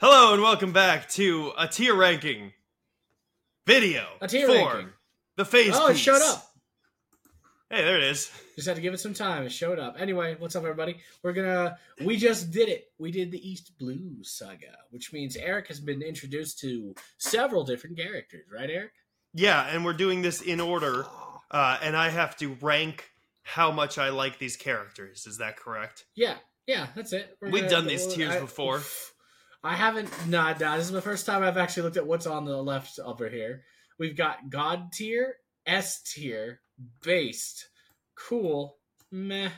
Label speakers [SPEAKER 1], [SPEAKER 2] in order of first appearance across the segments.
[SPEAKER 1] Hello and welcome back to a tier ranking video
[SPEAKER 2] A tier
[SPEAKER 1] for
[SPEAKER 2] ranking.
[SPEAKER 1] the phase.
[SPEAKER 2] Oh, it showed
[SPEAKER 1] piece.
[SPEAKER 2] up.
[SPEAKER 1] Hey, there it is.
[SPEAKER 2] Just had to give it some time. It showed up. Anyway, what's up, everybody? We're gonna. We just did it. We did the East Blue Saga, which means Eric has been introduced to several different characters, right, Eric?
[SPEAKER 1] Yeah, and we're doing this in order, uh, and I have to rank how much I like these characters. Is that correct?
[SPEAKER 2] Yeah, yeah, that's it. We're
[SPEAKER 1] We've
[SPEAKER 2] gonna-
[SPEAKER 1] done these
[SPEAKER 2] well,
[SPEAKER 1] tiers
[SPEAKER 2] I-
[SPEAKER 1] before.
[SPEAKER 2] I haven't. Nah, nah. This is the first time I've actually looked at what's on the left over here. We've got God tier, S tier, based, cool, meh,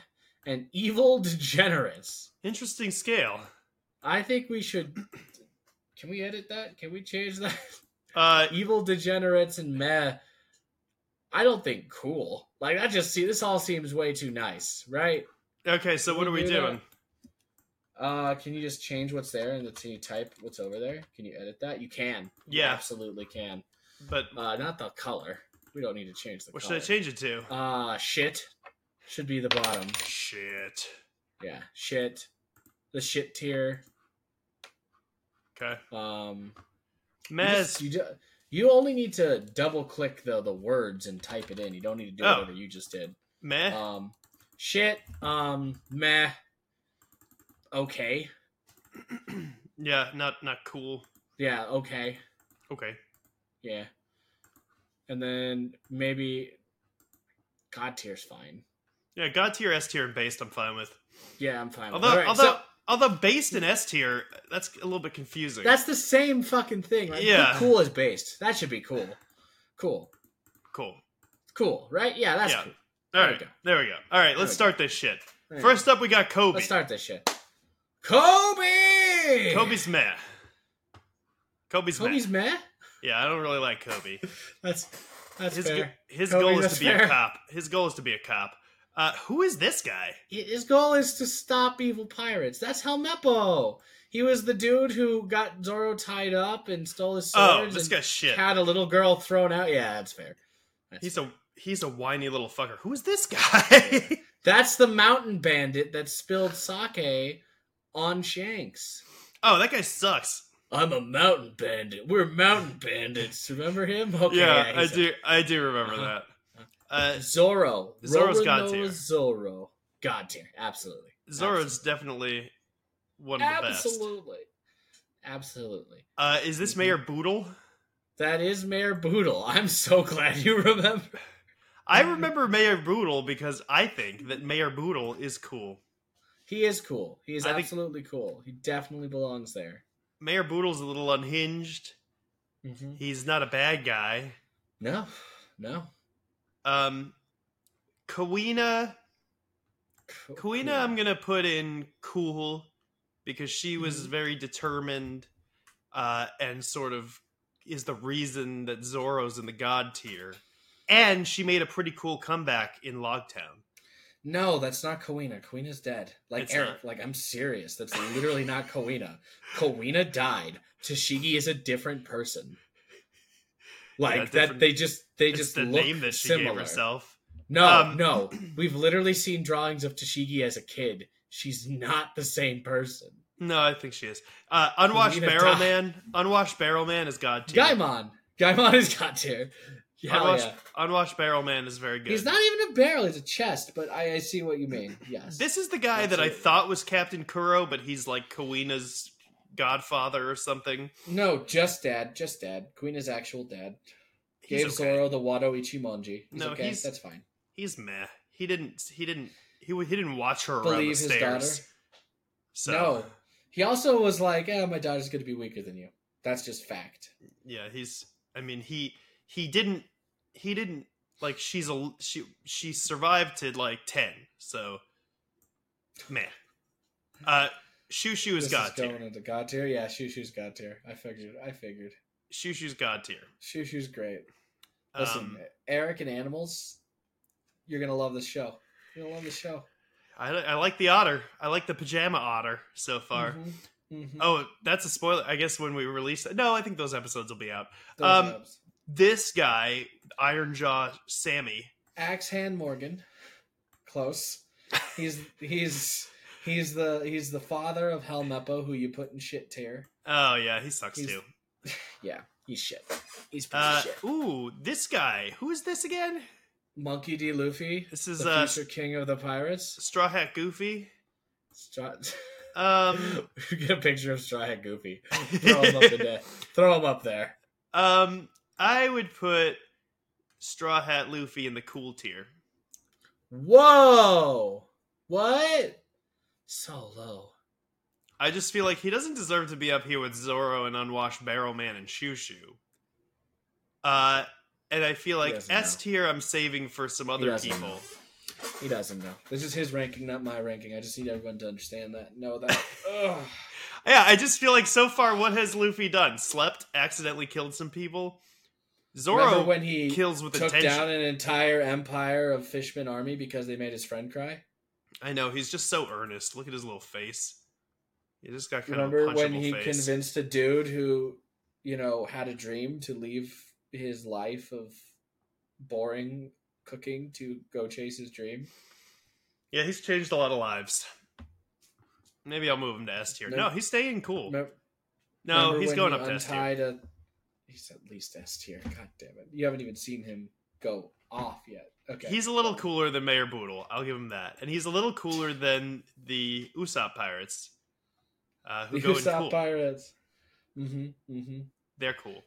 [SPEAKER 2] and evil degenerates.
[SPEAKER 1] Interesting scale.
[SPEAKER 2] I think we should. Can we edit that? Can we change that?
[SPEAKER 1] Uh,
[SPEAKER 2] Evil degenerates and meh. I don't think cool. Like I just see this all seems way too nice, right?
[SPEAKER 1] okay, so
[SPEAKER 2] Can
[SPEAKER 1] what are
[SPEAKER 2] we
[SPEAKER 1] we
[SPEAKER 2] do that?
[SPEAKER 1] doing?
[SPEAKER 2] Uh, can you just change what's there and can you type what's over there? Can you edit that? You can. You
[SPEAKER 1] Yeah.
[SPEAKER 2] absolutely can.
[SPEAKER 1] But
[SPEAKER 2] Uh, not the color. We don't need to change the
[SPEAKER 1] what should
[SPEAKER 2] color.
[SPEAKER 1] I change it to?
[SPEAKER 2] Uh, shit should be the bottom.
[SPEAKER 1] Shit.
[SPEAKER 2] Yeah, shit. The shit tier.
[SPEAKER 1] Okay.
[SPEAKER 2] Um, You just-
[SPEAKER 1] Mez.
[SPEAKER 2] You, ju- you only need to double click the the words and type it in. You don't need to do
[SPEAKER 1] Oh. Eh.
[SPEAKER 2] whatever you just did.
[SPEAKER 1] Meh.
[SPEAKER 2] Um, shit. Um, meh. Okay.
[SPEAKER 1] yeah. Not not cool.
[SPEAKER 2] Yeah. Okay.
[SPEAKER 1] Okay.
[SPEAKER 2] Yeah. And then maybe God tier's fine.
[SPEAKER 1] Yeah. God tier, S tier, and based. I'm fine with.
[SPEAKER 2] Yeah, I'm fine. with it.
[SPEAKER 1] Although,
[SPEAKER 2] All right,
[SPEAKER 1] although,
[SPEAKER 2] so
[SPEAKER 1] although based in S tier, that's a little bit confusing.
[SPEAKER 2] that's the same fucking thing. Like,
[SPEAKER 1] Yeah.
[SPEAKER 2] put Cool is based. That should be cool. Cool.
[SPEAKER 1] cool.
[SPEAKER 2] Cool. Right? Yeah. That's
[SPEAKER 1] Yeah.
[SPEAKER 2] cool.
[SPEAKER 1] All
[SPEAKER 2] There we
[SPEAKER 1] right,
[SPEAKER 2] go.
[SPEAKER 1] there we go. All right, let's
[SPEAKER 2] we
[SPEAKER 1] start this shit.
[SPEAKER 2] There you go.
[SPEAKER 1] First up, we got Kobe.
[SPEAKER 2] Let's start this shit. Kobe.
[SPEAKER 1] Kobe's meh. Kobe's,
[SPEAKER 2] Kobe's
[SPEAKER 1] meh.
[SPEAKER 2] meh.
[SPEAKER 1] Yeah, I don't really like Kobe.
[SPEAKER 2] That's that's
[SPEAKER 1] his go-
[SPEAKER 2] fair.
[SPEAKER 1] his
[SPEAKER 2] Kobe,
[SPEAKER 1] goal is
[SPEAKER 2] that's
[SPEAKER 1] to be a
[SPEAKER 2] fair.
[SPEAKER 1] cop. His goal is to be a cop. Uh, who is this guy?
[SPEAKER 2] His goal is to stop evil pirates. That's Helmeppo. He was the dude who got Zorro tied up and stole his
[SPEAKER 1] Oh,
[SPEAKER 2] swords
[SPEAKER 1] this
[SPEAKER 2] and
[SPEAKER 1] guy's shit.
[SPEAKER 2] had a little girl thrown out. Yeah, that's fair. That's,
[SPEAKER 1] He's a he's a whiny little fucker. Who is this guy?
[SPEAKER 2] that's the mountain bandit that spilled sake on Shanks.
[SPEAKER 1] oh, that guy sucks.
[SPEAKER 2] I'm a mountain bandit. We're mountain bandits. Remember him? Okay,
[SPEAKER 1] yeah, I
[SPEAKER 2] he's a-
[SPEAKER 1] do. I do remember
[SPEAKER 2] Uh-huh.
[SPEAKER 1] that. Uh,
[SPEAKER 2] Zorro.
[SPEAKER 1] Zorro's
[SPEAKER 2] Zorro's
[SPEAKER 1] God tier.
[SPEAKER 2] Zorro. God tier. Absolutely.
[SPEAKER 1] Zoro's definitely one of the best.
[SPEAKER 2] Absolutely. Absolutely.
[SPEAKER 1] Uh, is this
[SPEAKER 2] Mhm.
[SPEAKER 1] Mayor Boodle?
[SPEAKER 2] That is Mayor Boodle. I'm so glad you remember.
[SPEAKER 1] I
[SPEAKER 2] Mhm.
[SPEAKER 1] remember Mayor Boodle because I think that Mayor Boodle is cool.
[SPEAKER 2] He is cool. He is
[SPEAKER 1] I think-
[SPEAKER 2] absolutely cool. He definitely belongs there.
[SPEAKER 1] Mayor Boodle's a little unhinged.
[SPEAKER 2] Mm-hmm.
[SPEAKER 1] He's not a bad guy.
[SPEAKER 2] No, no.
[SPEAKER 1] Um, Kawina,
[SPEAKER 2] Co-
[SPEAKER 1] Kawina,
[SPEAKER 2] yeah.
[SPEAKER 1] I'm gonna put in cool because she was
[SPEAKER 2] Mhm.
[SPEAKER 1] very determined, uh, and sort of is the reason that Zoro's in the God tier. And she made a pretty cool comeback in Logtown.
[SPEAKER 2] No, that's not Kawina. Kawina's dead. Like
[SPEAKER 1] It's
[SPEAKER 2] Eric.
[SPEAKER 1] not.
[SPEAKER 2] Like I'm serious. That's literally not Kawina. Kawina died. Toshigi is a different person. Like
[SPEAKER 1] different-
[SPEAKER 2] that. They just they
[SPEAKER 1] It's
[SPEAKER 2] just
[SPEAKER 1] the
[SPEAKER 2] look
[SPEAKER 1] name that she
[SPEAKER 2] similar.
[SPEAKER 1] gave herself.
[SPEAKER 2] No,
[SPEAKER 1] Um,
[SPEAKER 2] no. We've literally seen drawings of Toshigi as a kid. She's not the same person.
[SPEAKER 1] No, I think she is. Uh, unwashed
[SPEAKER 2] Kawina
[SPEAKER 1] Barrel
[SPEAKER 2] died.
[SPEAKER 1] Man. Unwashed Barrel Man is God tier.
[SPEAKER 2] Gaimon. Gaimon has got tier. Yeah, hell
[SPEAKER 1] Unwashed,
[SPEAKER 2] yeah.
[SPEAKER 1] Unwashed Barrel Man is very good.
[SPEAKER 2] He's not even a barrel, he's a chest, but I, I see what you mean. Yes.
[SPEAKER 1] This is the guy that I
[SPEAKER 2] Absolutely.
[SPEAKER 1] thought was Captain Kuro, but he's like Kawina's godfather or something.
[SPEAKER 2] No, just dad, just dad. Queen is actual dad.
[SPEAKER 1] He's
[SPEAKER 2] Gave
[SPEAKER 1] okay.
[SPEAKER 2] Zoro the Wado Ichimonji. He's
[SPEAKER 1] No,
[SPEAKER 2] okay.
[SPEAKER 1] he's-
[SPEAKER 2] That's fine.
[SPEAKER 1] He's meh. He didn't. He didn't. He, w- he didn't watch her around the
[SPEAKER 2] Believe his daughter.
[SPEAKER 1] stairs. So,
[SPEAKER 2] No. He also was like, eh, my daughter's gonna be weaker than you. That's just fact.
[SPEAKER 1] Yeah, he's. I mean, he he didn't. He didn't like. She's a she. She survived to like ten. So, meh. Uh, Shushu is
[SPEAKER 2] this
[SPEAKER 1] god
[SPEAKER 2] is going
[SPEAKER 1] tier.
[SPEAKER 2] into God tier. Yeah, Shushu's God tier. I figured I figured.
[SPEAKER 1] Shushu's god tier.
[SPEAKER 2] Shushu's great. Listen,
[SPEAKER 1] Um,
[SPEAKER 2] Eric and Animals, you're gonna love this show. You're gonna love this show.
[SPEAKER 1] I, I like the otter. I like the pajama otter so far.
[SPEAKER 2] Mhm. Mhm.
[SPEAKER 1] Oh, that's a spoiler. I guess when we release it. No, I think those episodes will be out.
[SPEAKER 2] Those
[SPEAKER 1] um,
[SPEAKER 2] loves.
[SPEAKER 1] This guy, Ironjaw Sammy.
[SPEAKER 2] Axe Hand Morgan. Close. He's he's He's the he's the father of Helmeppo, who you put in shit tier.
[SPEAKER 1] Oh yeah, he sucks
[SPEAKER 2] He's-
[SPEAKER 1] too.
[SPEAKER 2] Yeah, he's shit. He's pretty
[SPEAKER 1] Uh,
[SPEAKER 2] shit.
[SPEAKER 1] ooh, this guy. Who is this again?
[SPEAKER 2] Monkey D. Luffy,
[SPEAKER 1] This is
[SPEAKER 2] the
[SPEAKER 1] uh,
[SPEAKER 2] future king of the pirates.
[SPEAKER 1] Straw Hat Goofy.
[SPEAKER 2] Stra-
[SPEAKER 1] Um,
[SPEAKER 2] Get a picture of Straw Hat Goofy. Throw him up in there. Throw him up there.
[SPEAKER 1] um, I would put Straw Hat Luffy in the cool tier.
[SPEAKER 2] Whoa! What? So low.
[SPEAKER 1] I just feel like he doesn't deserve to be up here with Zoro and Unwashed Barrel Man and Shushu. Uh, and I feel like
[SPEAKER 2] doesn't
[SPEAKER 1] S
[SPEAKER 2] know.
[SPEAKER 1] tier I'm saving for some other
[SPEAKER 2] doesn't
[SPEAKER 1] people.
[SPEAKER 2] know. He doesn't know. This is his ranking, not my ranking. I just need everyone to understand that, know that. Ugh.
[SPEAKER 1] Yeah, I just feel like so far, what has Luffy done? Slept, accidentally killed some people. Zoro
[SPEAKER 2] Remember when he
[SPEAKER 1] kills with
[SPEAKER 2] took
[SPEAKER 1] attention.
[SPEAKER 2] down an entire empire of fishman army because they made his friend cry?
[SPEAKER 1] I know he's just so earnest. Look at his little face. He just got kind
[SPEAKER 2] Remember
[SPEAKER 1] of a punchable
[SPEAKER 2] when he
[SPEAKER 1] face.
[SPEAKER 2] convinced a dude who, you know, had a dream to leave his life of boring cooking to go chase his dream?
[SPEAKER 1] yeah, he's changed a lot of lives. Maybe I'll move him to S tier. No,
[SPEAKER 2] Remember-
[SPEAKER 1] he's staying cool.
[SPEAKER 2] Remember-
[SPEAKER 1] no,
[SPEAKER 2] Remember
[SPEAKER 1] he's
[SPEAKER 2] when
[SPEAKER 1] going
[SPEAKER 2] he
[SPEAKER 1] up to S tier.
[SPEAKER 2] untied A, he's at least S tier. God damn it! You haven't even seen him go off yet. Okay.
[SPEAKER 1] He's a little cooler than Mayor Boodle. I'll give him that. And he's a little cooler than the Usopp Pirates, uh, who
[SPEAKER 2] The
[SPEAKER 1] go in
[SPEAKER 2] Usopp
[SPEAKER 1] cool.
[SPEAKER 2] Pirates. hmm hmm
[SPEAKER 1] They're cool.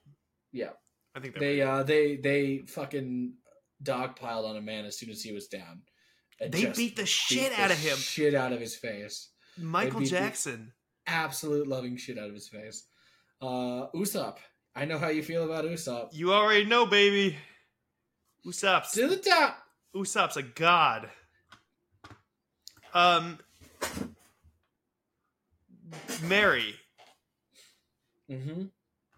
[SPEAKER 2] Yeah.
[SPEAKER 1] I think they're
[SPEAKER 2] They uh they they fucking dogpiled on a man as soon as he was down. And
[SPEAKER 1] They
[SPEAKER 2] just
[SPEAKER 1] beat the shit
[SPEAKER 2] the
[SPEAKER 1] out of him.
[SPEAKER 2] Shit out of his face.
[SPEAKER 1] Michael
[SPEAKER 2] beat the-
[SPEAKER 1] Jackson.
[SPEAKER 2] Absolute loving shit out of his face. Uh Usopp. I know how you feel about Usopp.
[SPEAKER 1] You already know, baby. Usopp's
[SPEAKER 2] To the top.
[SPEAKER 1] Usopp's a god. Um, Mary,
[SPEAKER 2] Mm-hmm.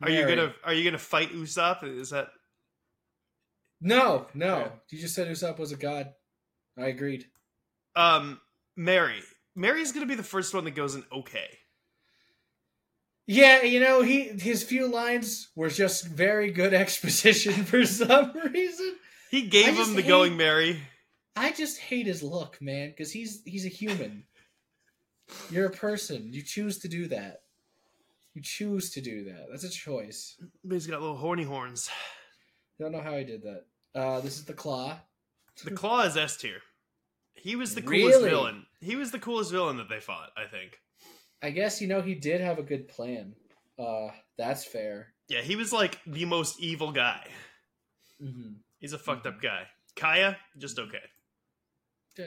[SPEAKER 1] are you gonna are you gonna fight Usopp? Is that
[SPEAKER 2] No, no.
[SPEAKER 1] Yeah.
[SPEAKER 2] You just said Usopp was a god. I agreed.
[SPEAKER 1] um Mary? Mary's gonna be the first one that goes in. Okay,
[SPEAKER 2] Yeah, you know, he his few lines were just very good exposition for some reason.
[SPEAKER 1] he gave
[SPEAKER 2] I
[SPEAKER 1] him
[SPEAKER 2] just
[SPEAKER 1] the
[SPEAKER 2] hate-
[SPEAKER 1] going Mary.
[SPEAKER 2] I just hate his look, man, because he's he's a human. You're a person. You choose to do that. You choose to do that. That's a choice. I
[SPEAKER 1] But he's got little horny horns.
[SPEAKER 2] don't know how he did that. Uh, this is the claw.
[SPEAKER 1] The Claw is S tier. He was the coolest
[SPEAKER 2] Really?
[SPEAKER 1] villain. He was the coolest villain that they fought. I think.
[SPEAKER 2] I guess you know he did have a good plan. Uh, that's fair.
[SPEAKER 1] Yeah, he was like the most evil guy.
[SPEAKER 2] hmm
[SPEAKER 1] He's a fucked up guy. Kaya, just okay.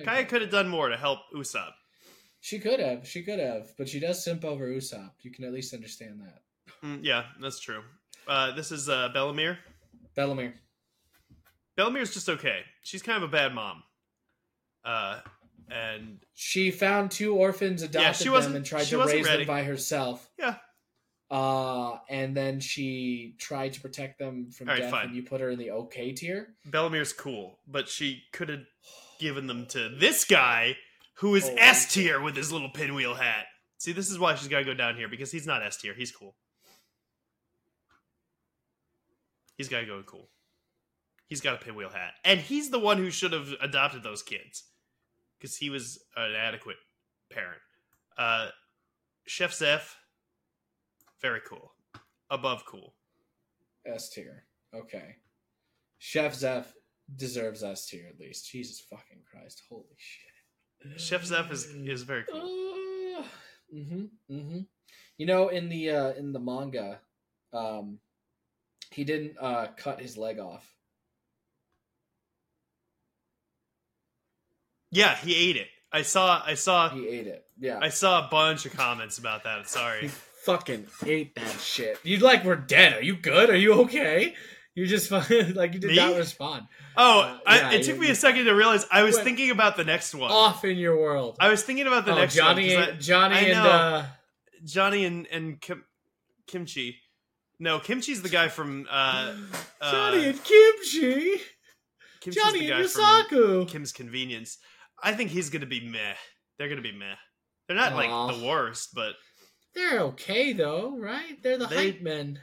[SPEAKER 1] Kaya
[SPEAKER 2] She
[SPEAKER 1] could have done more to help Usopp.
[SPEAKER 2] could have. She could have. But she does simp over Usopp. You can at least understand that.
[SPEAKER 1] Mm, yeah, that's true. Uh, this is uh, Bellamere.
[SPEAKER 2] Bellamere.
[SPEAKER 1] Bellamere's just okay. She's kind of a bad mom. Uh, and
[SPEAKER 2] She found two orphans, adopted
[SPEAKER 1] wasn't-
[SPEAKER 2] them, and tried
[SPEAKER 1] she
[SPEAKER 2] to
[SPEAKER 1] wasn't
[SPEAKER 2] raise
[SPEAKER 1] ready.
[SPEAKER 2] them by herself.
[SPEAKER 1] Yeah.
[SPEAKER 2] Uh, and then she tried to protect them from
[SPEAKER 1] All right,
[SPEAKER 2] death,
[SPEAKER 1] fine.
[SPEAKER 2] and you put her in the okay tier.
[SPEAKER 1] Bellamere's cool, but she could have given them to this guy who is
[SPEAKER 2] Oh,
[SPEAKER 1] S tier with his little pinwheel hat. See, this is why she's got to go down here because he's not S tier. He's cool. He's got to go cool. He's got a pinwheel hat. And he's the one who should have adopted those kids because he was an adequate parent. Uh, Chef Zeph, very cool. Above cool.
[SPEAKER 2] S tier. Okay. Chef Zeph deserves S tier at least. Jesus fucking Christ. Holy shit.
[SPEAKER 1] Chef Zeph is, is very cool.
[SPEAKER 2] Uh, mhm. Mhm. You know, in the uh, in the manga, um, he didn't uh, cut his leg off.
[SPEAKER 1] Yeah, he ate it. I saw I saw
[SPEAKER 2] He ate it. Yeah.
[SPEAKER 1] I saw a bunch of comments about that.
[SPEAKER 2] He
[SPEAKER 1] Sorry.
[SPEAKER 2] fucking ate that shit. You like were dead. Are you good? Are you okay? You just fucking like you did
[SPEAKER 1] Me?
[SPEAKER 2] not respond.
[SPEAKER 1] Oh,
[SPEAKER 2] Uh, yeah,
[SPEAKER 1] I, it took
[SPEAKER 2] you-
[SPEAKER 1] me a second to realize I was
[SPEAKER 2] Well-
[SPEAKER 1] thinking about the next one.
[SPEAKER 2] Off in your world.
[SPEAKER 1] I was thinking about the
[SPEAKER 2] oh,
[SPEAKER 1] next
[SPEAKER 2] Johnny,
[SPEAKER 1] one. 'cause I-
[SPEAKER 2] Johnny,
[SPEAKER 1] I
[SPEAKER 2] and
[SPEAKER 1] know.
[SPEAKER 2] uh,
[SPEAKER 1] Johnny and and Kim, Kimchi. No, Kimchi's the guy from uh, uh
[SPEAKER 2] Johnny and Kimchi.
[SPEAKER 1] Kimchi's
[SPEAKER 2] Johnny
[SPEAKER 1] the
[SPEAKER 2] and
[SPEAKER 1] guy from
[SPEAKER 2] Yosaku.
[SPEAKER 1] Kim's Convenience. I think he's going to be meh. They're going to be meh. They're not
[SPEAKER 2] Aw.
[SPEAKER 1] like the worst, but
[SPEAKER 2] They're okay though, right? They're the
[SPEAKER 1] They-
[SPEAKER 2] hype men.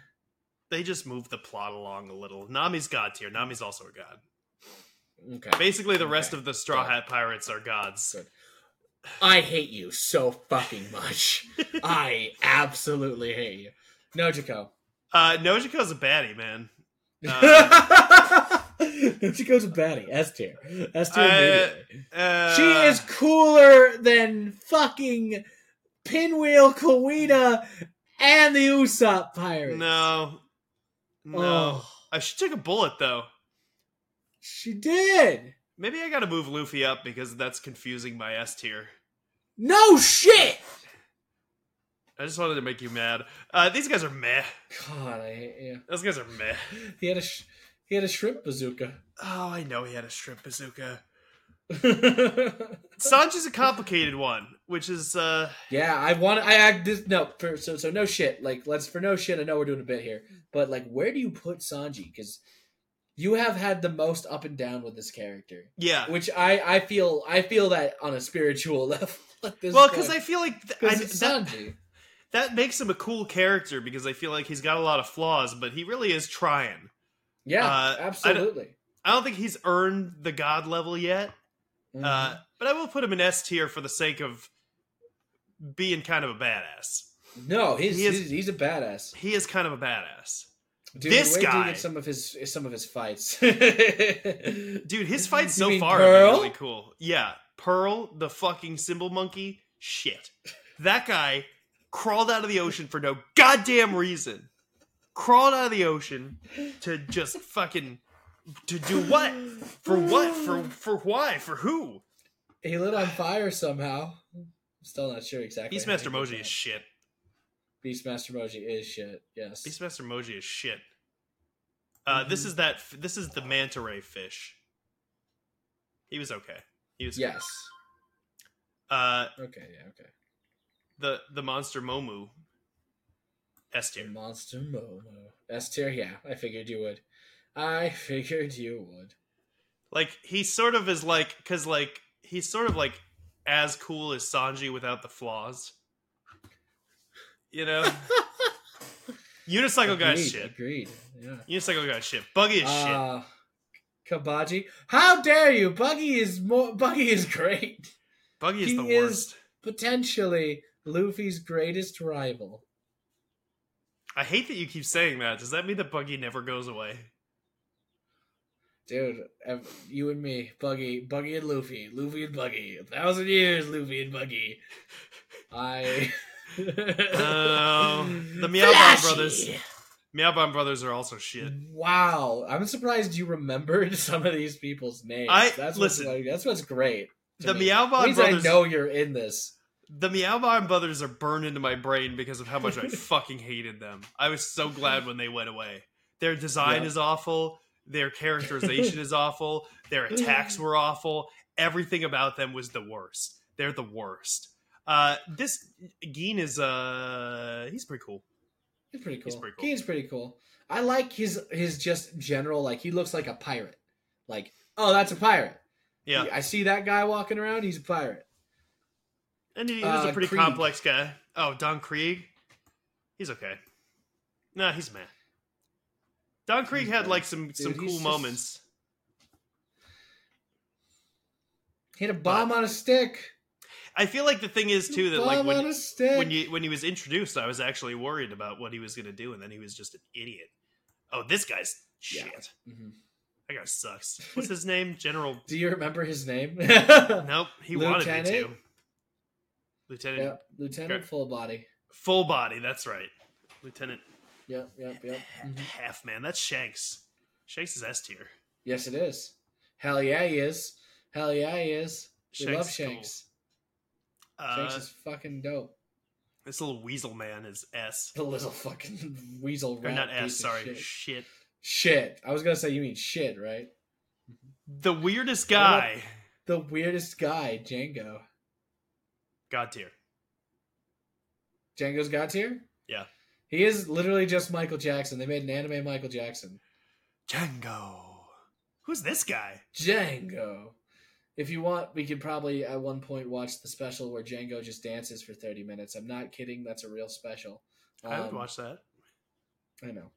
[SPEAKER 1] they just move the plot along a little. Nami's god tier. Nami's also a god.
[SPEAKER 2] Okay.
[SPEAKER 1] Basically, the rest
[SPEAKER 2] Okay.
[SPEAKER 1] of the Straw
[SPEAKER 2] Got it.
[SPEAKER 1] Hat Pirates are gods.
[SPEAKER 2] Good. I hate you so fucking much. I absolutely hate you. Nojiko.
[SPEAKER 1] Uh, Nojiko's a baddie, man.
[SPEAKER 2] Nojiko's a baddie. S tier. S tier.
[SPEAKER 1] I-
[SPEAKER 2] immediately.
[SPEAKER 1] Uh,
[SPEAKER 2] she is cooler than fucking Pinwheel Kawita and the Usopp Pirates.
[SPEAKER 1] No. No.
[SPEAKER 2] Oh,
[SPEAKER 1] Uh, she took a bullet, though.
[SPEAKER 2] she did.
[SPEAKER 1] Maybe I gotta move Luffy up because that's confusing my S tier.
[SPEAKER 2] No shit.
[SPEAKER 1] I just wanted to make you mad. Uh, these guys are meh.
[SPEAKER 2] God, I hate you.
[SPEAKER 1] Those guys are meh.
[SPEAKER 2] He had a sh- he had a shrimp bazooka.
[SPEAKER 1] Oh, I know he had a shrimp bazooka.
[SPEAKER 2] yeah,
[SPEAKER 1] Sanji's a complicated one, which is uh
[SPEAKER 2] I want I, I this, no for, so so no shit. Like let's for no shit. I know we're doing a bit here, but like where do you put Sanji? Because you have had the most up and down with this character,
[SPEAKER 1] yeah.
[SPEAKER 2] which I I feel I feel that on a spiritual level. at this
[SPEAKER 1] Well, because I
[SPEAKER 2] point.
[SPEAKER 1] feel like th-
[SPEAKER 2] 'Cause
[SPEAKER 1] I-
[SPEAKER 2] it's
[SPEAKER 1] that,
[SPEAKER 2] Sanji.
[SPEAKER 1] that makes him a cool character because I feel like he's got a lot of flaws, but he really is trying.
[SPEAKER 2] Yeah,
[SPEAKER 1] uh, I don't-
[SPEAKER 2] absolutely.
[SPEAKER 1] I don't think he's earned the god level yet, uh,
[SPEAKER 2] Mhm.
[SPEAKER 1] but I will put him in S tier for the sake of being kind of a badass.
[SPEAKER 2] no, he's,
[SPEAKER 1] he is-
[SPEAKER 2] he's he's a badass.
[SPEAKER 1] He is kind of a badass,
[SPEAKER 2] Dude,
[SPEAKER 1] this
[SPEAKER 2] wait till you
[SPEAKER 1] guy-
[SPEAKER 2] get some of his some of his fights.
[SPEAKER 1] dude. His fights
[SPEAKER 2] Mm-hmm. You
[SPEAKER 1] so
[SPEAKER 2] mean
[SPEAKER 1] far have
[SPEAKER 2] Pearl?
[SPEAKER 1] been really cool. Yeah, Pearl, the fucking symbol monkey, shit. That guy crawled out of the ocean for no goddamn reason. Crawled out of the ocean to just fucking to do what? For what? For for why? For who?
[SPEAKER 2] He lit on fire somehow. I'm still not sure exactly. how
[SPEAKER 1] Beastmaster
[SPEAKER 2] he did
[SPEAKER 1] Moji
[SPEAKER 2] that.
[SPEAKER 1] is shit.
[SPEAKER 2] Beastmaster Moji is shit. Yes.
[SPEAKER 1] Beastmaster Moji is shit. Uh, This
[SPEAKER 2] Mhm.
[SPEAKER 1] is that. f- This is the manta ray fish. He was okay. He was.
[SPEAKER 2] yes.
[SPEAKER 1] Uh,
[SPEAKER 2] Okay. Yeah. Okay.
[SPEAKER 1] the the monster Momu. S tier.
[SPEAKER 2] Monster Momo. S tier. Yeah. I figured you would. I figured you would.
[SPEAKER 1] Like he sort of is like because like he's sort of like as cool as Sanji without the flaws. You know. Unicycle guy's
[SPEAKER 2] Agreed,
[SPEAKER 1] shit.
[SPEAKER 2] Agreed. Yeah.
[SPEAKER 1] Unicycle guy's shit. Buggy is shit.
[SPEAKER 2] Uh, Kabaji. How dare you? Buggy is more. Buggy is great.
[SPEAKER 1] Buggy is
[SPEAKER 2] he
[SPEAKER 1] the
[SPEAKER 2] is-
[SPEAKER 1] worst.
[SPEAKER 2] Potentially Luffy's greatest rival.
[SPEAKER 1] I hate that you keep saying that. Does that mean that Buggy never goes away?
[SPEAKER 2] Dude, ev- you and me, Buggy, Buggy and Luffy, Luffy and Buggy, a thousand years, Luffy and Buggy. I.
[SPEAKER 1] Oh, the Meow Bomb
[SPEAKER 2] Flashy!
[SPEAKER 1] brothers. Meow Bomb Brothers are also shit.
[SPEAKER 2] Wow, I'm surprised you remembered some of these people's names.
[SPEAKER 1] I-
[SPEAKER 2] that's
[SPEAKER 1] listen.
[SPEAKER 2] What's, like, that's what's great. to
[SPEAKER 1] The
[SPEAKER 2] me.
[SPEAKER 1] Meow
[SPEAKER 2] At
[SPEAKER 1] Bomb
[SPEAKER 2] least
[SPEAKER 1] Brothers.
[SPEAKER 2] I know you're in this.
[SPEAKER 1] The Meow Bomb Brothers are burned into my brain because of how much I fucking hated them. I was so glad when they went away. Their design
[SPEAKER 2] Yeah.
[SPEAKER 1] is awful. Their characterization is awful. Their attacks were awful. Everything about them was the worst. They're the worst. Uh, this Geen is uh, he's pretty cool.
[SPEAKER 2] He's pretty cool.
[SPEAKER 1] He's
[SPEAKER 2] He's
[SPEAKER 1] pretty
[SPEAKER 2] pretty
[SPEAKER 1] cool.
[SPEAKER 2] cool. I like his his just general like he looks like a pirate. Like oh, that's a pirate.
[SPEAKER 1] Yeah,
[SPEAKER 2] I see that guy walking around. He's a pirate.
[SPEAKER 1] and he, he was a
[SPEAKER 2] Uh,
[SPEAKER 1] pretty
[SPEAKER 2] Krieg.
[SPEAKER 1] complex guy. Oh, Don Krieg, he's okay. Nah, he's meh. Don Krieg
[SPEAKER 2] He's
[SPEAKER 1] had
[SPEAKER 2] meh.
[SPEAKER 1] like some some
[SPEAKER 2] he's
[SPEAKER 1] cool
[SPEAKER 2] just-
[SPEAKER 1] moments.
[SPEAKER 2] He had a bomb on a stick.
[SPEAKER 1] I feel like the thing is too that like
[SPEAKER 2] Bomb on
[SPEAKER 1] when
[SPEAKER 2] a stick.
[SPEAKER 1] when you when he was introduced, I was actually worried about what he was going to do, and then he was just an idiot. Oh, this guy's shit.
[SPEAKER 2] Yeah. Mhm.
[SPEAKER 1] That guy sucks. What's his name? General?
[SPEAKER 2] Do you remember his name?
[SPEAKER 1] Nope. He wanted me to.
[SPEAKER 2] Lieutenant?
[SPEAKER 1] Lieutenant
[SPEAKER 2] Yep, Lieutenant
[SPEAKER 1] Okay.
[SPEAKER 2] Full Body.
[SPEAKER 1] Full Body. That's right. Lieutenant
[SPEAKER 2] Yep, yep, yep. Mhm.
[SPEAKER 1] Half Man. That's Shanks. Shanks is S tier.
[SPEAKER 2] Yes, it is. Hell yeah, he is. Hell yeah, he is. We
[SPEAKER 1] Shanks
[SPEAKER 2] love
[SPEAKER 1] is cool.
[SPEAKER 2] Shanks.
[SPEAKER 1] Uh,
[SPEAKER 2] Shanks is fucking dope.
[SPEAKER 1] This little weasel man is S.
[SPEAKER 2] The little fucking weasel
[SPEAKER 1] Or
[SPEAKER 2] rat.
[SPEAKER 1] not
[SPEAKER 2] piece
[SPEAKER 1] S.
[SPEAKER 2] of
[SPEAKER 1] Sorry,
[SPEAKER 2] Shit.
[SPEAKER 1] shit.
[SPEAKER 2] Shit. I was gonna say you mean shit, right?
[SPEAKER 1] The weirdest
[SPEAKER 2] What about-
[SPEAKER 1] guy.
[SPEAKER 2] The weirdest guy, Django.
[SPEAKER 1] God tier.
[SPEAKER 2] Django's got here.
[SPEAKER 1] Yeah.
[SPEAKER 2] He is literally just Michael Jackson. They made an anime Michael Jackson.
[SPEAKER 1] Django. Who's this guy?
[SPEAKER 2] Django. If you want, we could probably at one point watch the special where Django just dances for 30 minutes. I'm not kidding. That's a real special.
[SPEAKER 1] I would
[SPEAKER 2] Um,
[SPEAKER 1] watch that.
[SPEAKER 2] I know.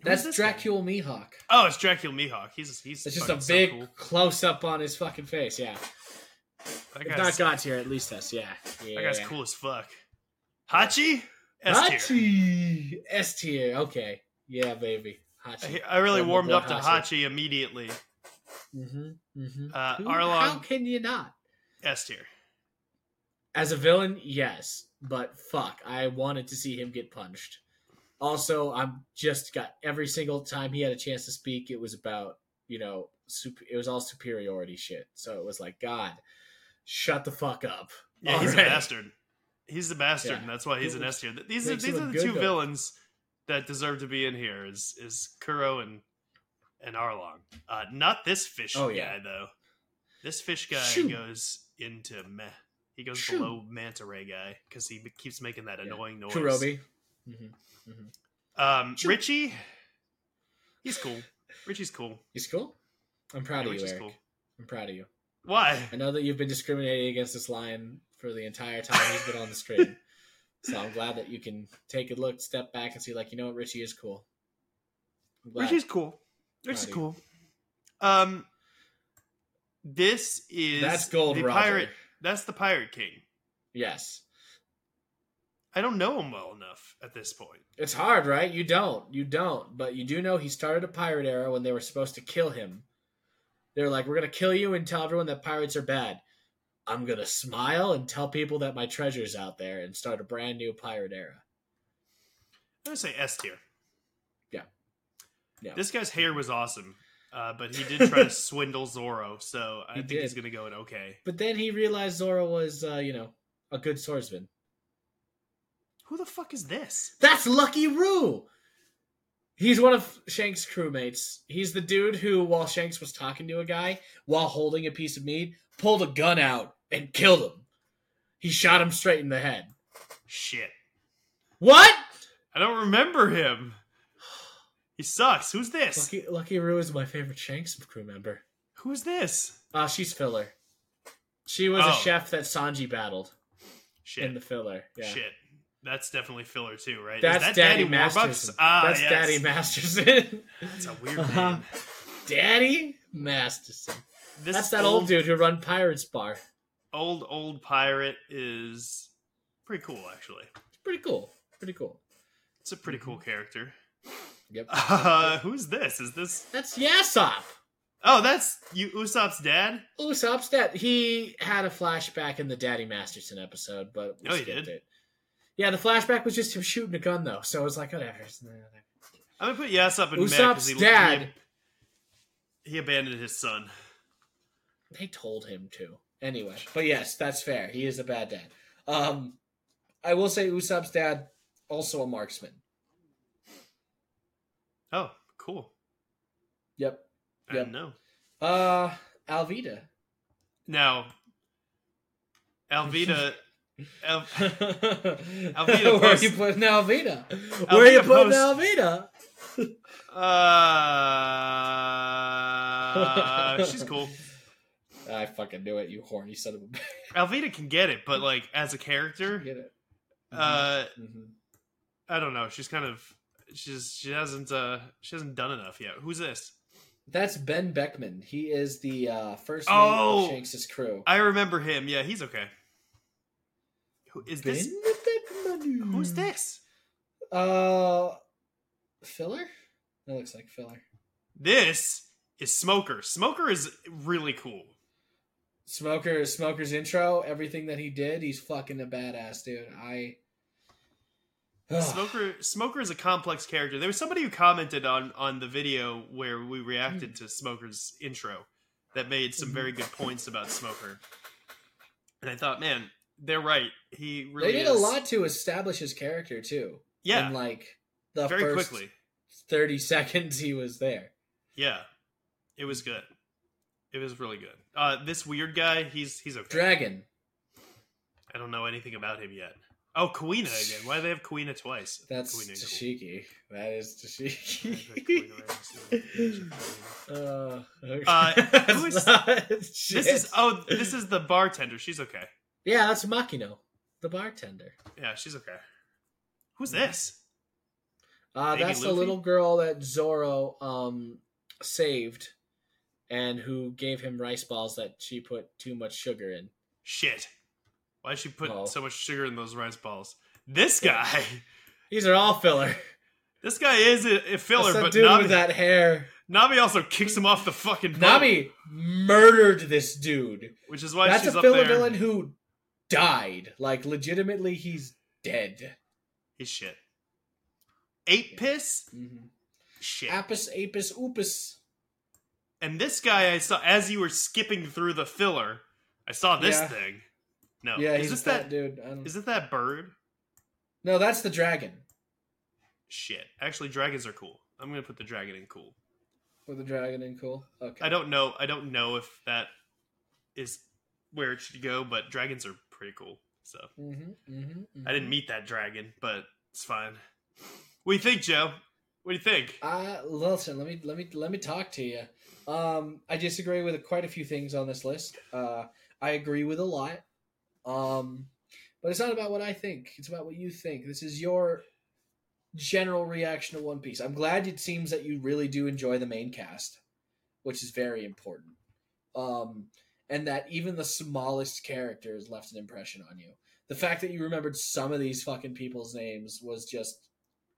[SPEAKER 1] Who's
[SPEAKER 2] That's
[SPEAKER 1] this guy?
[SPEAKER 2] Dracula Mihawk.
[SPEAKER 1] Oh, it's Dracula Mihawk. He's he's.
[SPEAKER 2] It's just a
[SPEAKER 1] fucking so
[SPEAKER 2] big
[SPEAKER 1] cool.
[SPEAKER 2] close up on his fucking face. Yeah.
[SPEAKER 1] That
[SPEAKER 2] If not
[SPEAKER 1] guy's,
[SPEAKER 2] God tier, at least S. Yeah. yeah.
[SPEAKER 1] that guy's cool as fuck. Hachi? S tier.
[SPEAKER 2] Hachi S tier. Okay. Yeah, baby. Hachi.
[SPEAKER 1] I, I really
[SPEAKER 2] Yeah, my
[SPEAKER 1] warmed
[SPEAKER 2] boy
[SPEAKER 1] up to
[SPEAKER 2] Hachi.
[SPEAKER 1] Hachi immediately.
[SPEAKER 2] Mm-hmm. Mm-hmm.
[SPEAKER 1] Uh,
[SPEAKER 2] Who- How
[SPEAKER 1] Arlong,
[SPEAKER 2] can you not?
[SPEAKER 1] S tier.
[SPEAKER 2] As a villain, yes, but fuck, I wanted to see him get punched. Also, I'm just got every single time he had a chance to speak, it was about you know, sup it was all superiority shit. So it was like, God, shut the fuck up.
[SPEAKER 1] Yeah, he's
[SPEAKER 2] Alright.
[SPEAKER 1] a bastard. He's the bastard,
[SPEAKER 2] Yeah.
[SPEAKER 1] and that's why he's an
[SPEAKER 2] Makes-
[SPEAKER 1] S tier. Th- These are
[SPEAKER 2] makes him
[SPEAKER 1] these
[SPEAKER 2] a
[SPEAKER 1] are the
[SPEAKER 2] good
[SPEAKER 1] two
[SPEAKER 2] guy.
[SPEAKER 1] villains that deserve to be in here. Is is Kuro and and Arlong? Uh, not this fish
[SPEAKER 2] Oh,
[SPEAKER 1] guy
[SPEAKER 2] yeah.
[SPEAKER 1] though. This fish guy
[SPEAKER 2] Shoo.
[SPEAKER 1] goes into meh. He goes
[SPEAKER 2] Shoo.
[SPEAKER 1] below manta ray guy because he be- keeps making that
[SPEAKER 2] Yeah.
[SPEAKER 1] annoying noise.
[SPEAKER 2] Kurobi. hmm
[SPEAKER 1] Um,
[SPEAKER 2] Shoo.
[SPEAKER 1] Richie, he's cool. Richie's cool.
[SPEAKER 2] He's cool. I'm
[SPEAKER 1] Yeah,
[SPEAKER 2] proud of you,
[SPEAKER 1] Richie's
[SPEAKER 2] Eric.
[SPEAKER 1] cool.
[SPEAKER 2] I'm proud of you.
[SPEAKER 1] Why?
[SPEAKER 2] I know that you've been discriminating against this lion for the entire time he's been on the screen. So I'm glad that you can take a look, step back, and see, like, you know what, Richie is cool. I'm glad.
[SPEAKER 1] Richie's cool. Richie's
[SPEAKER 2] Righty.
[SPEAKER 1] cool. Um, this is
[SPEAKER 2] That's gold,
[SPEAKER 1] The
[SPEAKER 2] Roger.
[SPEAKER 1] pirate. That's the pirate king.
[SPEAKER 2] Yes,
[SPEAKER 1] I don't know him well enough at this point.
[SPEAKER 2] it's hard, right? You don't, you don't, but you do know he started a pirate era when they were supposed to kill him. They're like, we're gonna kill you and tell everyone that pirates are bad. I'm gonna smile and tell people that my treasure's out there and start a brand new pirate era.
[SPEAKER 1] I'm gonna say S tier.
[SPEAKER 2] Yeah. Yeah.
[SPEAKER 1] This guy's hair was awesome, uh, but he did try to swindle Zorro, so I
[SPEAKER 2] He
[SPEAKER 1] think he's
[SPEAKER 2] did.
[SPEAKER 1] gonna go in okay.
[SPEAKER 2] But then he realized Zoro was, uh, you know, a good swordsman.
[SPEAKER 1] Who the fuck is this?
[SPEAKER 2] That's Lucky Roo. He's one of Shank's crewmates. He's the dude who, while Shanks was talking to a guy while holding a piece of meat, pulled a gun out and killed him. He shot him straight in the head.
[SPEAKER 1] Shit,
[SPEAKER 2] What?
[SPEAKER 1] I don't remember him. He sucks. Who's this?
[SPEAKER 2] Lucky Lucky Roo is my favorite Shanks crew member.
[SPEAKER 1] Who's this?
[SPEAKER 2] Ah, she's filler. She was
[SPEAKER 1] Oh.
[SPEAKER 2] a chef that Sanji battled
[SPEAKER 1] Shit.
[SPEAKER 2] in the filler. Yeah.
[SPEAKER 1] Shit. That's definitely filler too, right? Is
[SPEAKER 2] That's
[SPEAKER 1] that
[SPEAKER 2] Daddy,
[SPEAKER 1] Warbucks?
[SPEAKER 2] Masterson.
[SPEAKER 1] Ah,
[SPEAKER 2] That's
[SPEAKER 1] yes.
[SPEAKER 2] Daddy Masterson.
[SPEAKER 1] That's a weird
[SPEAKER 2] Uh-huh.
[SPEAKER 1] name.
[SPEAKER 2] Daddy Masterson.
[SPEAKER 1] This
[SPEAKER 2] That's that old dude who run Pirates Bar.
[SPEAKER 1] Old old pirate is pretty cool, actually.
[SPEAKER 2] It's pretty cool. Pretty cool.
[SPEAKER 1] It's a pretty cool
[SPEAKER 2] Mm-hmm.
[SPEAKER 1] character.
[SPEAKER 2] Yep.
[SPEAKER 1] Uh, who's this? Is this?
[SPEAKER 2] That's Yasop.
[SPEAKER 1] Oh, that's you, Usopp's dad.
[SPEAKER 2] Usopp's dad. He had a flashback in the Daddy Masterson episode, but we
[SPEAKER 1] Oh, he
[SPEAKER 2] skipped
[SPEAKER 1] did?
[SPEAKER 2] it. Yeah, the flashback was just him shooting a gun, though. So it was like, whatever. it's not-
[SPEAKER 1] I'm gonna put Yasop in meh
[SPEAKER 2] Usopp's
[SPEAKER 1] he,
[SPEAKER 2] dad.
[SPEAKER 1] He, he abandoned his son.
[SPEAKER 2] They told him to. Anyway, but yes, that's fair. He is a bad dad. Um, I will say Usopp's dad, also a marksman.
[SPEAKER 1] Oh, cool.
[SPEAKER 2] Yep.
[SPEAKER 1] I
[SPEAKER 2] Yep.
[SPEAKER 1] didn't know.
[SPEAKER 2] Uh, Alvida.
[SPEAKER 1] Now, Alvita. Al-
[SPEAKER 2] Where are
[SPEAKER 1] posts-
[SPEAKER 2] you putting Alvida? Where are you
[SPEAKER 1] Alvida
[SPEAKER 2] putting
[SPEAKER 1] posts-
[SPEAKER 2] Alvida?
[SPEAKER 1] uh, she's cool.
[SPEAKER 2] I fucking knew it, you horny son of a bitch.
[SPEAKER 1] Alvita can get it, but like as a character,
[SPEAKER 2] Get it.
[SPEAKER 1] uh,
[SPEAKER 2] Mhm.
[SPEAKER 1] I don't know. She's kind of she's she hasn't uh she hasn't done enough yet. Who's this?
[SPEAKER 2] That's Ben Beckman. He is the uh, first mate
[SPEAKER 1] Oh!
[SPEAKER 2] of Shanks' crew.
[SPEAKER 1] I remember him. Yeah, he's okay. Who is
[SPEAKER 2] ben
[SPEAKER 1] this?
[SPEAKER 2] Beckman.
[SPEAKER 1] Who's this?
[SPEAKER 2] Uh, filler. That looks like filler.
[SPEAKER 1] This is Smoker. Smoker is really cool.
[SPEAKER 2] Smoker. Smoker's intro. Everything that he did. He's fucking a badass dude. I.
[SPEAKER 1] Smoker Smoker is a complex character. There was somebody who commented on on the video where we reacted
[SPEAKER 2] Hmm.
[SPEAKER 1] to Smoker's intro that made some very good points about Smoker. And I thought, man, they're right. He really
[SPEAKER 2] they did
[SPEAKER 1] is.
[SPEAKER 2] a lot to establish his character too.
[SPEAKER 1] Yeah,
[SPEAKER 2] In like the
[SPEAKER 1] very
[SPEAKER 2] first
[SPEAKER 1] quickly.
[SPEAKER 2] thirty seconds he was there.
[SPEAKER 1] Yeah, it was good. It was really good. Uh, this weird guy, he's he's okay.
[SPEAKER 2] Dragon.
[SPEAKER 1] I don't know anything about him yet. Oh, Kuina again. Why do they have Kuina twice?
[SPEAKER 2] That's
[SPEAKER 1] Kuina is cool.
[SPEAKER 2] Tashiki. That is Tashiki.
[SPEAKER 1] this
[SPEAKER 2] Uh, okay.
[SPEAKER 1] Uh, who
[SPEAKER 2] That's
[SPEAKER 1] is-
[SPEAKER 2] not-
[SPEAKER 1] is
[SPEAKER 2] shit.
[SPEAKER 1] oh, this is the bartender. She's okay.
[SPEAKER 2] yeah, that's Makino, the bartender.
[SPEAKER 1] Yeah, she's okay. Who's this?
[SPEAKER 2] Uh,
[SPEAKER 1] Baby
[SPEAKER 2] that's the
[SPEAKER 1] Luffy?
[SPEAKER 2] little girl that Zoro um saved and who gave him rice balls that she put too much sugar in.
[SPEAKER 1] Shit. Why she put
[SPEAKER 2] Oh.
[SPEAKER 1] so much sugar in those rice balls? This guy,
[SPEAKER 2] These are all filler.
[SPEAKER 1] this guy is a, a filler,
[SPEAKER 2] That's that
[SPEAKER 1] but
[SPEAKER 2] dude
[SPEAKER 1] Nabi,
[SPEAKER 2] with that hair.
[SPEAKER 1] Nabi also kicks him off the fucking boat,
[SPEAKER 2] Nami murdered this dude.
[SPEAKER 1] which is why
[SPEAKER 2] That's
[SPEAKER 1] she's
[SPEAKER 2] a
[SPEAKER 1] up
[SPEAKER 2] filler
[SPEAKER 1] there.
[SPEAKER 2] villain who died. Like legitimately, he's dead.
[SPEAKER 1] He's shit. Ape piss, shit.
[SPEAKER 2] Apis apis oopus.
[SPEAKER 1] and this guy, I saw as you were skipping through the filler, I saw this
[SPEAKER 2] Yeah.
[SPEAKER 1] thing. No,
[SPEAKER 2] yeah,
[SPEAKER 1] is
[SPEAKER 2] he's
[SPEAKER 1] this
[SPEAKER 2] that,
[SPEAKER 1] that?
[SPEAKER 2] dude. I don't...
[SPEAKER 1] Is it that bird?
[SPEAKER 2] No, that's the dragon.
[SPEAKER 1] Shit. Actually, dragons are cool. I'm gonna put the dragon in cool.
[SPEAKER 2] With the dragon and cool. Okay.
[SPEAKER 1] I don't know. I don't know if that is where it should go, but dragons are pretty cool. So
[SPEAKER 2] Mm-hmm, mm-hmm,
[SPEAKER 1] I didn't meet that dragon, but it's fine. What do you think, Joe? What do you think?
[SPEAKER 2] Uh, listen, let me let me let me talk to you. Um, I disagree with quite a few things on this list. Uh, I agree with a lot. Um, but it's not about what I think. It's about what you think. This is your general reaction to One Piece. I'm glad it seems that you really do enjoy the main cast, which is very important. Um, and that even the smallest characters left an impression on you. The fact that you remembered some of these fucking people's names was just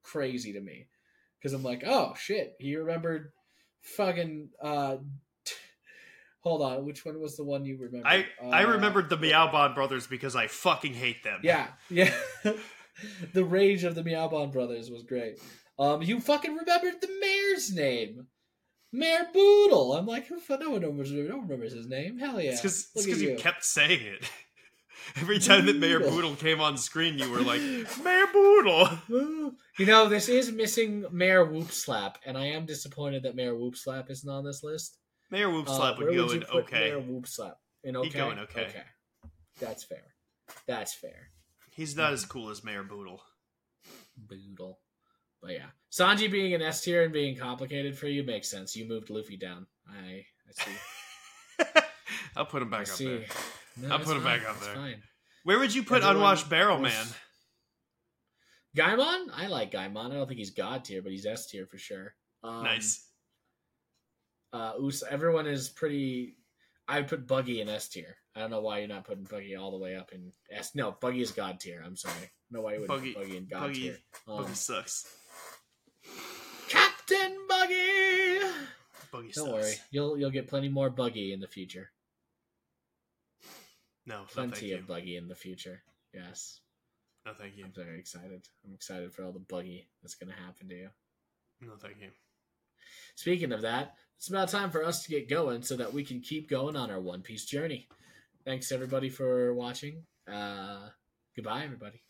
[SPEAKER 2] crazy to me because I'm like, oh shit, he remembered fucking. Uh, hold on, which one was the one you remembered?
[SPEAKER 1] I I
[SPEAKER 2] Uh,
[SPEAKER 1] remembered the Meowbon brothers because I fucking hate them.
[SPEAKER 2] Yeah, yeah. the rage of the Meowbon brothers was great. Um, you fucking remembered the mayor's name, Mayor Boodle. I'm like, who? fu- No one remembers. No one remembers his name. Hell yeah.
[SPEAKER 1] It's because
[SPEAKER 2] Look at
[SPEAKER 1] you.
[SPEAKER 2] you.
[SPEAKER 1] kept saying it. Every time that Mayor
[SPEAKER 2] Boodle.
[SPEAKER 1] Boodle came on screen, you were like, Mayor Boodle!
[SPEAKER 2] Woo. You know, this is missing Mayor Whoopslap, and I am disappointed that Mayor Whoopslap isn't on this list.
[SPEAKER 1] Mayor
[SPEAKER 2] Uh,
[SPEAKER 1] Whoopslap
[SPEAKER 2] where
[SPEAKER 1] would go
[SPEAKER 2] you
[SPEAKER 1] in
[SPEAKER 2] put
[SPEAKER 1] okay.
[SPEAKER 2] Mayor Whoopslap in okay.
[SPEAKER 1] He'd go in okay.
[SPEAKER 2] Okay, that's fair. That's fair.
[SPEAKER 1] He's not as cool as Mayor Boodle.
[SPEAKER 2] Boodle. But yeah, Sanji being an S tier and being complicated for you makes sense. You moved Luffy down. I, I see.
[SPEAKER 1] I'll put him
[SPEAKER 2] I
[SPEAKER 1] back up
[SPEAKER 2] see.
[SPEAKER 1] there.
[SPEAKER 2] No,
[SPEAKER 1] I'll
[SPEAKER 2] it's
[SPEAKER 1] put it
[SPEAKER 2] fine,
[SPEAKER 1] back up
[SPEAKER 2] it's
[SPEAKER 1] there.
[SPEAKER 2] Fine.
[SPEAKER 1] Where would you put
[SPEAKER 2] Everyone
[SPEAKER 1] Unwashed Barrel
[SPEAKER 2] was-
[SPEAKER 1] Man?
[SPEAKER 2] Gaimon, I like Gaimon. I don't think he's god tier, but he's S tier for sure. Um,
[SPEAKER 1] nice.
[SPEAKER 2] Uh, Us, everyone is pretty. I would put Buggy in S tier. I don't know why you're not putting Buggy all the way up in S. No, Buggy is god tier. I'm sorry. I don't know why you would
[SPEAKER 1] Buggy-
[SPEAKER 2] put Buggy in god
[SPEAKER 1] Buggy-
[SPEAKER 2] tier. Um,
[SPEAKER 1] Buggy sucks.
[SPEAKER 2] Captain Buggy.
[SPEAKER 1] Buggy
[SPEAKER 2] Don't
[SPEAKER 1] sucks.
[SPEAKER 2] worry, you'll you'll get plenty more buggy in the future.
[SPEAKER 1] No, no thank
[SPEAKER 2] Plenty
[SPEAKER 1] you.
[SPEAKER 2] of buggy in the future. Yes,
[SPEAKER 1] No thank you.
[SPEAKER 2] I'm very excited. I'm excited for all the buggy that's going to happen to you.
[SPEAKER 1] No thank you.
[SPEAKER 2] Speaking of that, it's about time for us to get going so that we can keep going on our One Piece journey. Thanks everybody for watching. Uh, goodbye, everybody.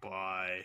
[SPEAKER 1] Bye.